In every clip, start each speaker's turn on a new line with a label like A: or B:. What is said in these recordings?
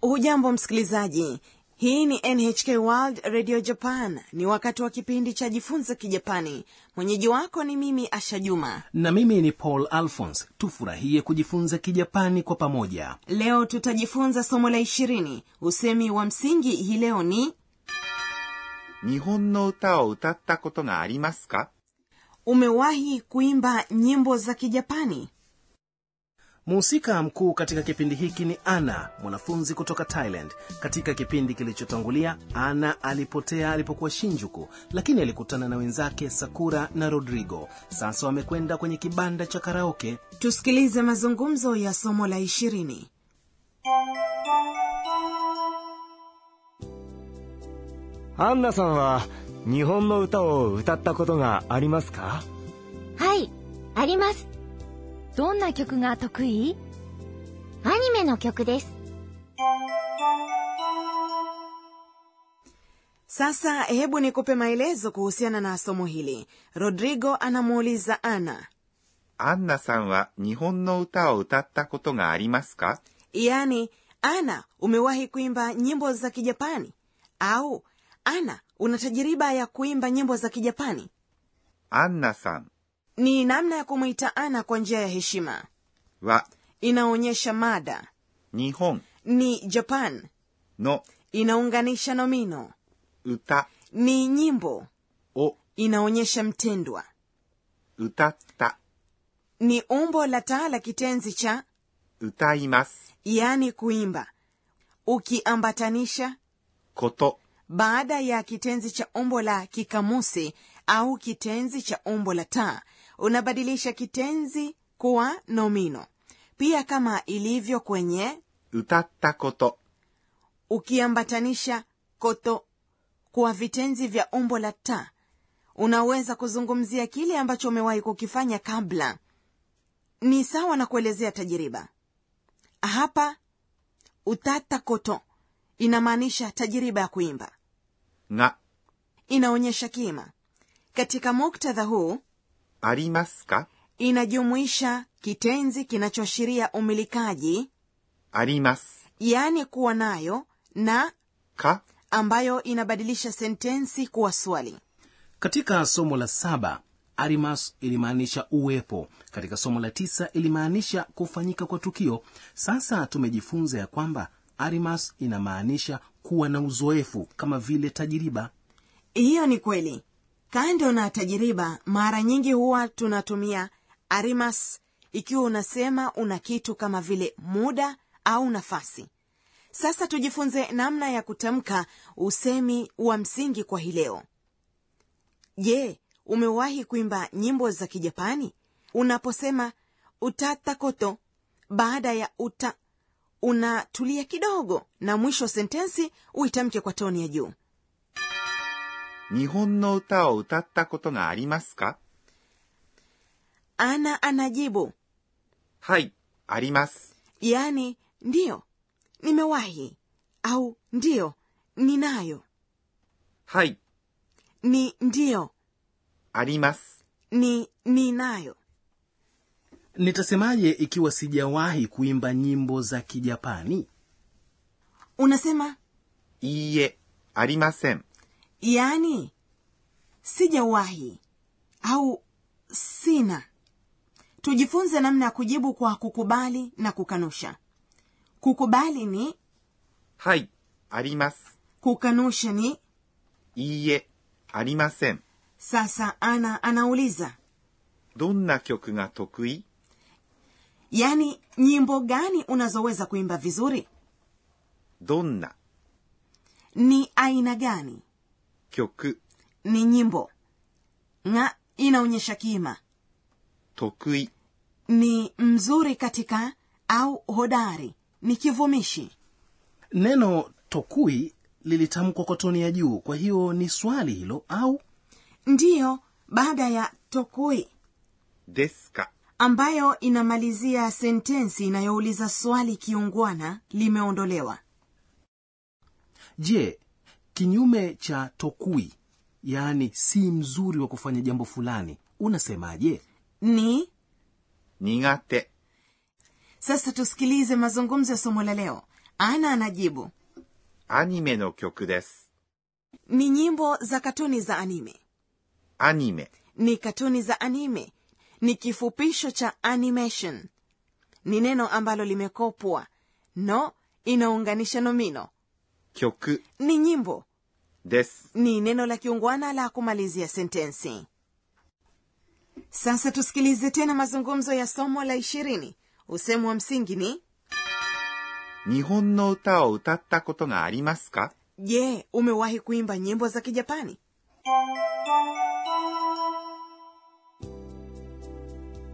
A: hujambo msikilizaji hii ni nhk world radio japan ni wakati wa kipindi cha jifunze kijapani mwenyeji wako ni mimi asha juma
B: na mimi ni paul alphons tufurahie kujifunza kijapani kwa pamoja
A: leo tutajifunza somo la ishirini usemi wa msingi hii leo ni
C: 日本の歌を歌ったことがありますか
A: umewahi kuimba nyimbo za kijapani
B: mhusika mkuu katika kipindi hiki ni ana mwanafunzi kutoka thailand katika kipindi kilichotangulia ana alipotea alipokuwa shinjuku lakini alikutana na wenzake sakura na rodrigo sasa wamekwenda kwenye kibanda cha karaoke
A: tusikilize mazungumzo ya somo la ishirini
D: アンナさんは日本の歌を歌ったことがありますか
E: はい、あります。どんな曲が得意アニメの曲です。
A: sasa hebu nikupe maelezo kuhusiana na somo hili rodrigo anamuuliza ana
C: アンナさんは日本の歌を歌ったことがありますか
A: yaani ana umewahi kuimba nyimbo za kijapani au ana una tajiriba ya kuimba nyimbo za kijapani
C: アンナさん
A: ni namna ya kumwita ana kwa njia ya heshima
C: は
A: inaonyesha mada
C: 日本
A: ni japan
C: の
A: inaunganisha nomino
C: 歌
A: ni nyimbo
C: を
A: inaonyesha mtendwa
C: 歌った、
A: ni umbo la taa la kitenzi cha
C: 歌います、
A: yaani kuimba ukiambatanisha
C: こと、
A: baada ya kitenzi cha umbo la kikamusi au kitenzi cha umbo la taa unabadilisha kitenzi kuwa nomino pia kama ilivyo kwenye
C: 歌ったこと、
A: ukiambatanisha koto kuwa vitenzi vya umbo la ta unaweza kuzungumzia kile ambacho umewahi kukifanya kabla ni sawa na kuelezea tajiriba hapa utata koto inamaanisha tajiriba ya kuimba
C: が
A: inaonyesha kima katika muktadha huu
C: ありますか
A: inajumuisha kitenzi kinachoashiria umilikaji
C: あります。
A: yaani kuwa nayo na
C: か
A: ambayo inabadilisha sentensi kuwa swali
B: katika somo la saba arimas ilimaanisha uwepo katika somo la tisa ilimaanisha kufanyika kwa tukio sasa tumejifunza ya kwamba arimas inamaanisha kuwa na uzoefu kama vile tajiriba
A: hiyo ni kweli kando na tajiriba mara nyingi huwa tunatumia arimas ikiwa unasema una kitu kama vile muda au nafasi sasa tujifunze namna ya kutamka usemi wa msingi kwa hii leo je umewahi kuimba nyimbo za kijapani unaposema utata koto baada ya uta unatulia kidogo na mwisho wa sentensi uitamke kwa toni ya juu
C: 日本の歌を歌ったことがありますか
A: ana anajibu
C: はい、あります。
A: yaani ndiyo nimewahi au ndiyo ninayo
C: はい、
A: ni ndiyo
C: あります。
A: ni ninayo
B: nitasemaje ikiwa sijawahi kuimba nyimbo za kijapani
A: unasema
C: いいえ、ありません。
A: yaani sijawahi au sina tujifunze namna ya kujibu kwa kukubali na kukanusha kukubali ni
C: はい、あります。
A: kukanusha ni
C: いいえ、ありません。
A: sasa ana anauliza
C: どんな曲が得意
A: yaani nyimbo gani unazoweza kuimba vizuri
C: どんな
A: ni aina gani
C: 曲
A: ni nyimbo nga inaonyesha kima
C: 得意
A: ni mzuri katika au hodari ni kivumishi
B: neno tokui lilitamkwa kwa toni ya juu kwa hiyo ni swali hilo au
A: ndiyo baada ya tokui
C: ですか
A: ambayo inamalizia sentensi inayouliza swali kiungwana limeondolewa
B: je kinyume cha tokui yaani si mzuri wa kufanya jambo fulani unasemaje
A: ni
C: 苦手
A: sasa tusikilize mazungumzo ya somo la leo ana anajibu
C: アニメの曲です。
A: ni nyimbo za katuni za anime
C: アニメ、
A: ni katuni za anime ni kifupisho cha animation ni neno ambalo limekopwa no inaunganisha nomino
C: 曲
A: ni nyimbo
C: です。
A: ni neno la kiungwana la kumalizia sentensi sasa tusikilize tena mazungumzo ya somo la ishirini usemu wa msingi ni
C: 日本の歌を歌ったことがありますか
A: je umewahi kuimba nyimbo za kijapani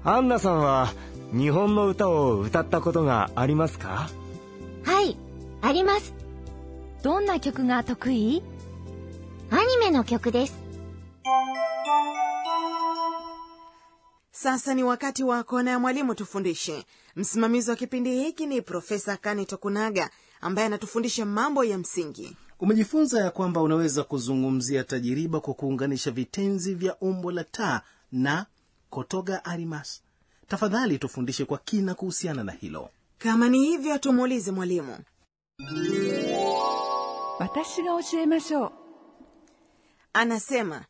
D: アンナさんは日本の歌を歌ったことがありますか
E: はい、あります。どんな曲が得意アニメの曲です。
A: sasa ni wakati wa kona ya mwalimu tufundishe msimamizi wa kipindi hiki ni profesa kani tokunaga ambaye anatufundisha mambo ya msingi
B: umejifunza ya kwamba unaweza kuzungumzia tajiriba kwa kuunganisha vitenzi vya umbo la ta na kotoga arimas tafadhali tufundishe kwa kina kuhusiana na hilo
A: kama ni hivyo tumuulize mwalimu
F: 私が教えましょう
A: anasema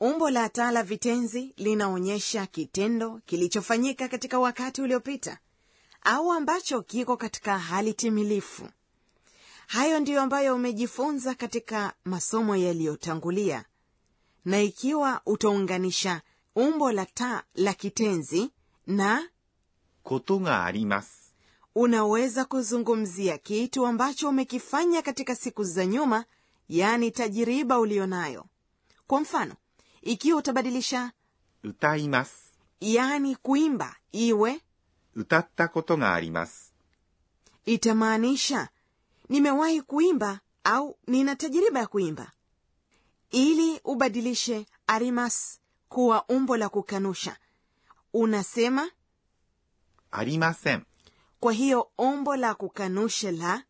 A: umbo la taa la vitenzi linaonyesha kitendo kilichofanyika katika wakati uliopita au ambacho kiko katika hali timilifu hayo ndiyo ambayo umejifunza katika masomo yaliyotangulia na ikiwa utaunganisha umbo la taa la kitenzi na
C: ことがあります。
A: unaweza kuzungumzia kitu ambacho umekifanya katika siku za nyuma yaani tajiriba ulionayo kwa mfano ikiwa utabadilisha
C: 歌います。
A: yaani kuimba iwe
C: 歌ったことがあります。
A: itamaanisha nimewahi kuimba au nina tajiriba ya kuimba ili ubadilishe arimas kuwa umbo la kukanusha unasema
C: ありません。
A: kwa hiyo umbo la kukanusha la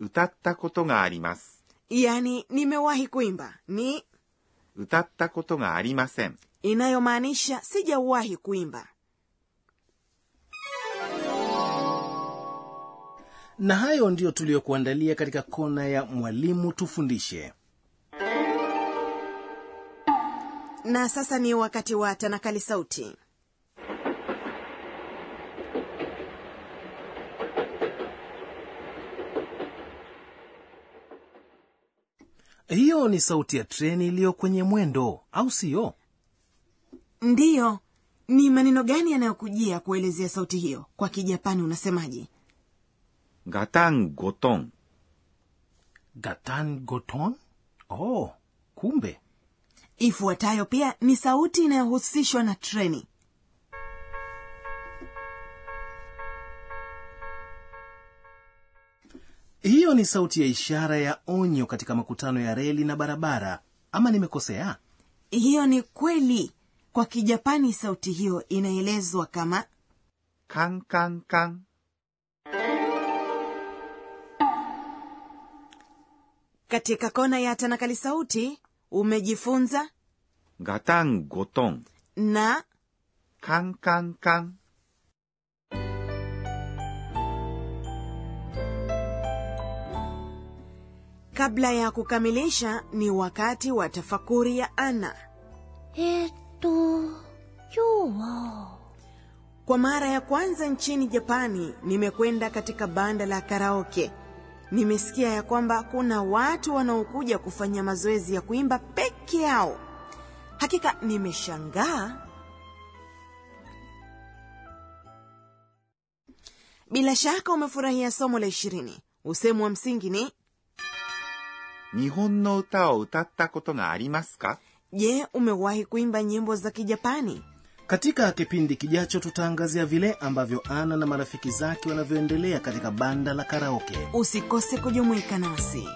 C: 歌ったことがあります。
A: yaani nimewahi kuimba ni
C: 歌ったことがありません。
A: inayomaanisha sijawahi kuimba
B: na hayo ndiyo tuliyokuandalia katika kona ya mwalimu tufundishe
A: na sasa ni wakati wa tanakali sauti
B: hiyo ni sauti ya treni iliyo kwenye mwendo au siyo
A: ndiyo ni maneno gani yanayokujia kuelezea sauti hiyo kwa kijapani unasemaje
C: ガタンゴトン、
B: gatan goton oh kumbe
A: ifuatayo pia ni sauti inayohusishwa na treni
B: hiyo ni sauti ya ishara ya onyo katika makutano ya reli na barabara ama nimekosea
A: hiyo ni kweli kwa kijapani sauti hiyo inaelezwa kama
C: カンカンカン、
A: katika kona ya tanakali sauti umejifunza
C: ガタンゴトン、
A: na
C: カンカンカン。
A: kabla ya kukamilisha ni wakati wa tafakuri ya ana
E: えーっと、今日は、
A: kwa mara ya kwanza nchini japani nimekwenda katika banda la karaoke nimesikia ya kwamba kuna watu wanaokuja kufanya mazoezi ya kuimba peke yao hakika nimeshangaa bila shaka umefurahia somo la ishirini usemu wa msingi ni
C: 日本の歌を歌ったことがありますか
A: je umewahi kuimba nyimbo za kijapani
B: katika kipindi kijacho tutaangazia vile ambavyo ana na marafiki zake wanavyoendelea katika banda la karaoke
A: usikose kujumuika nasi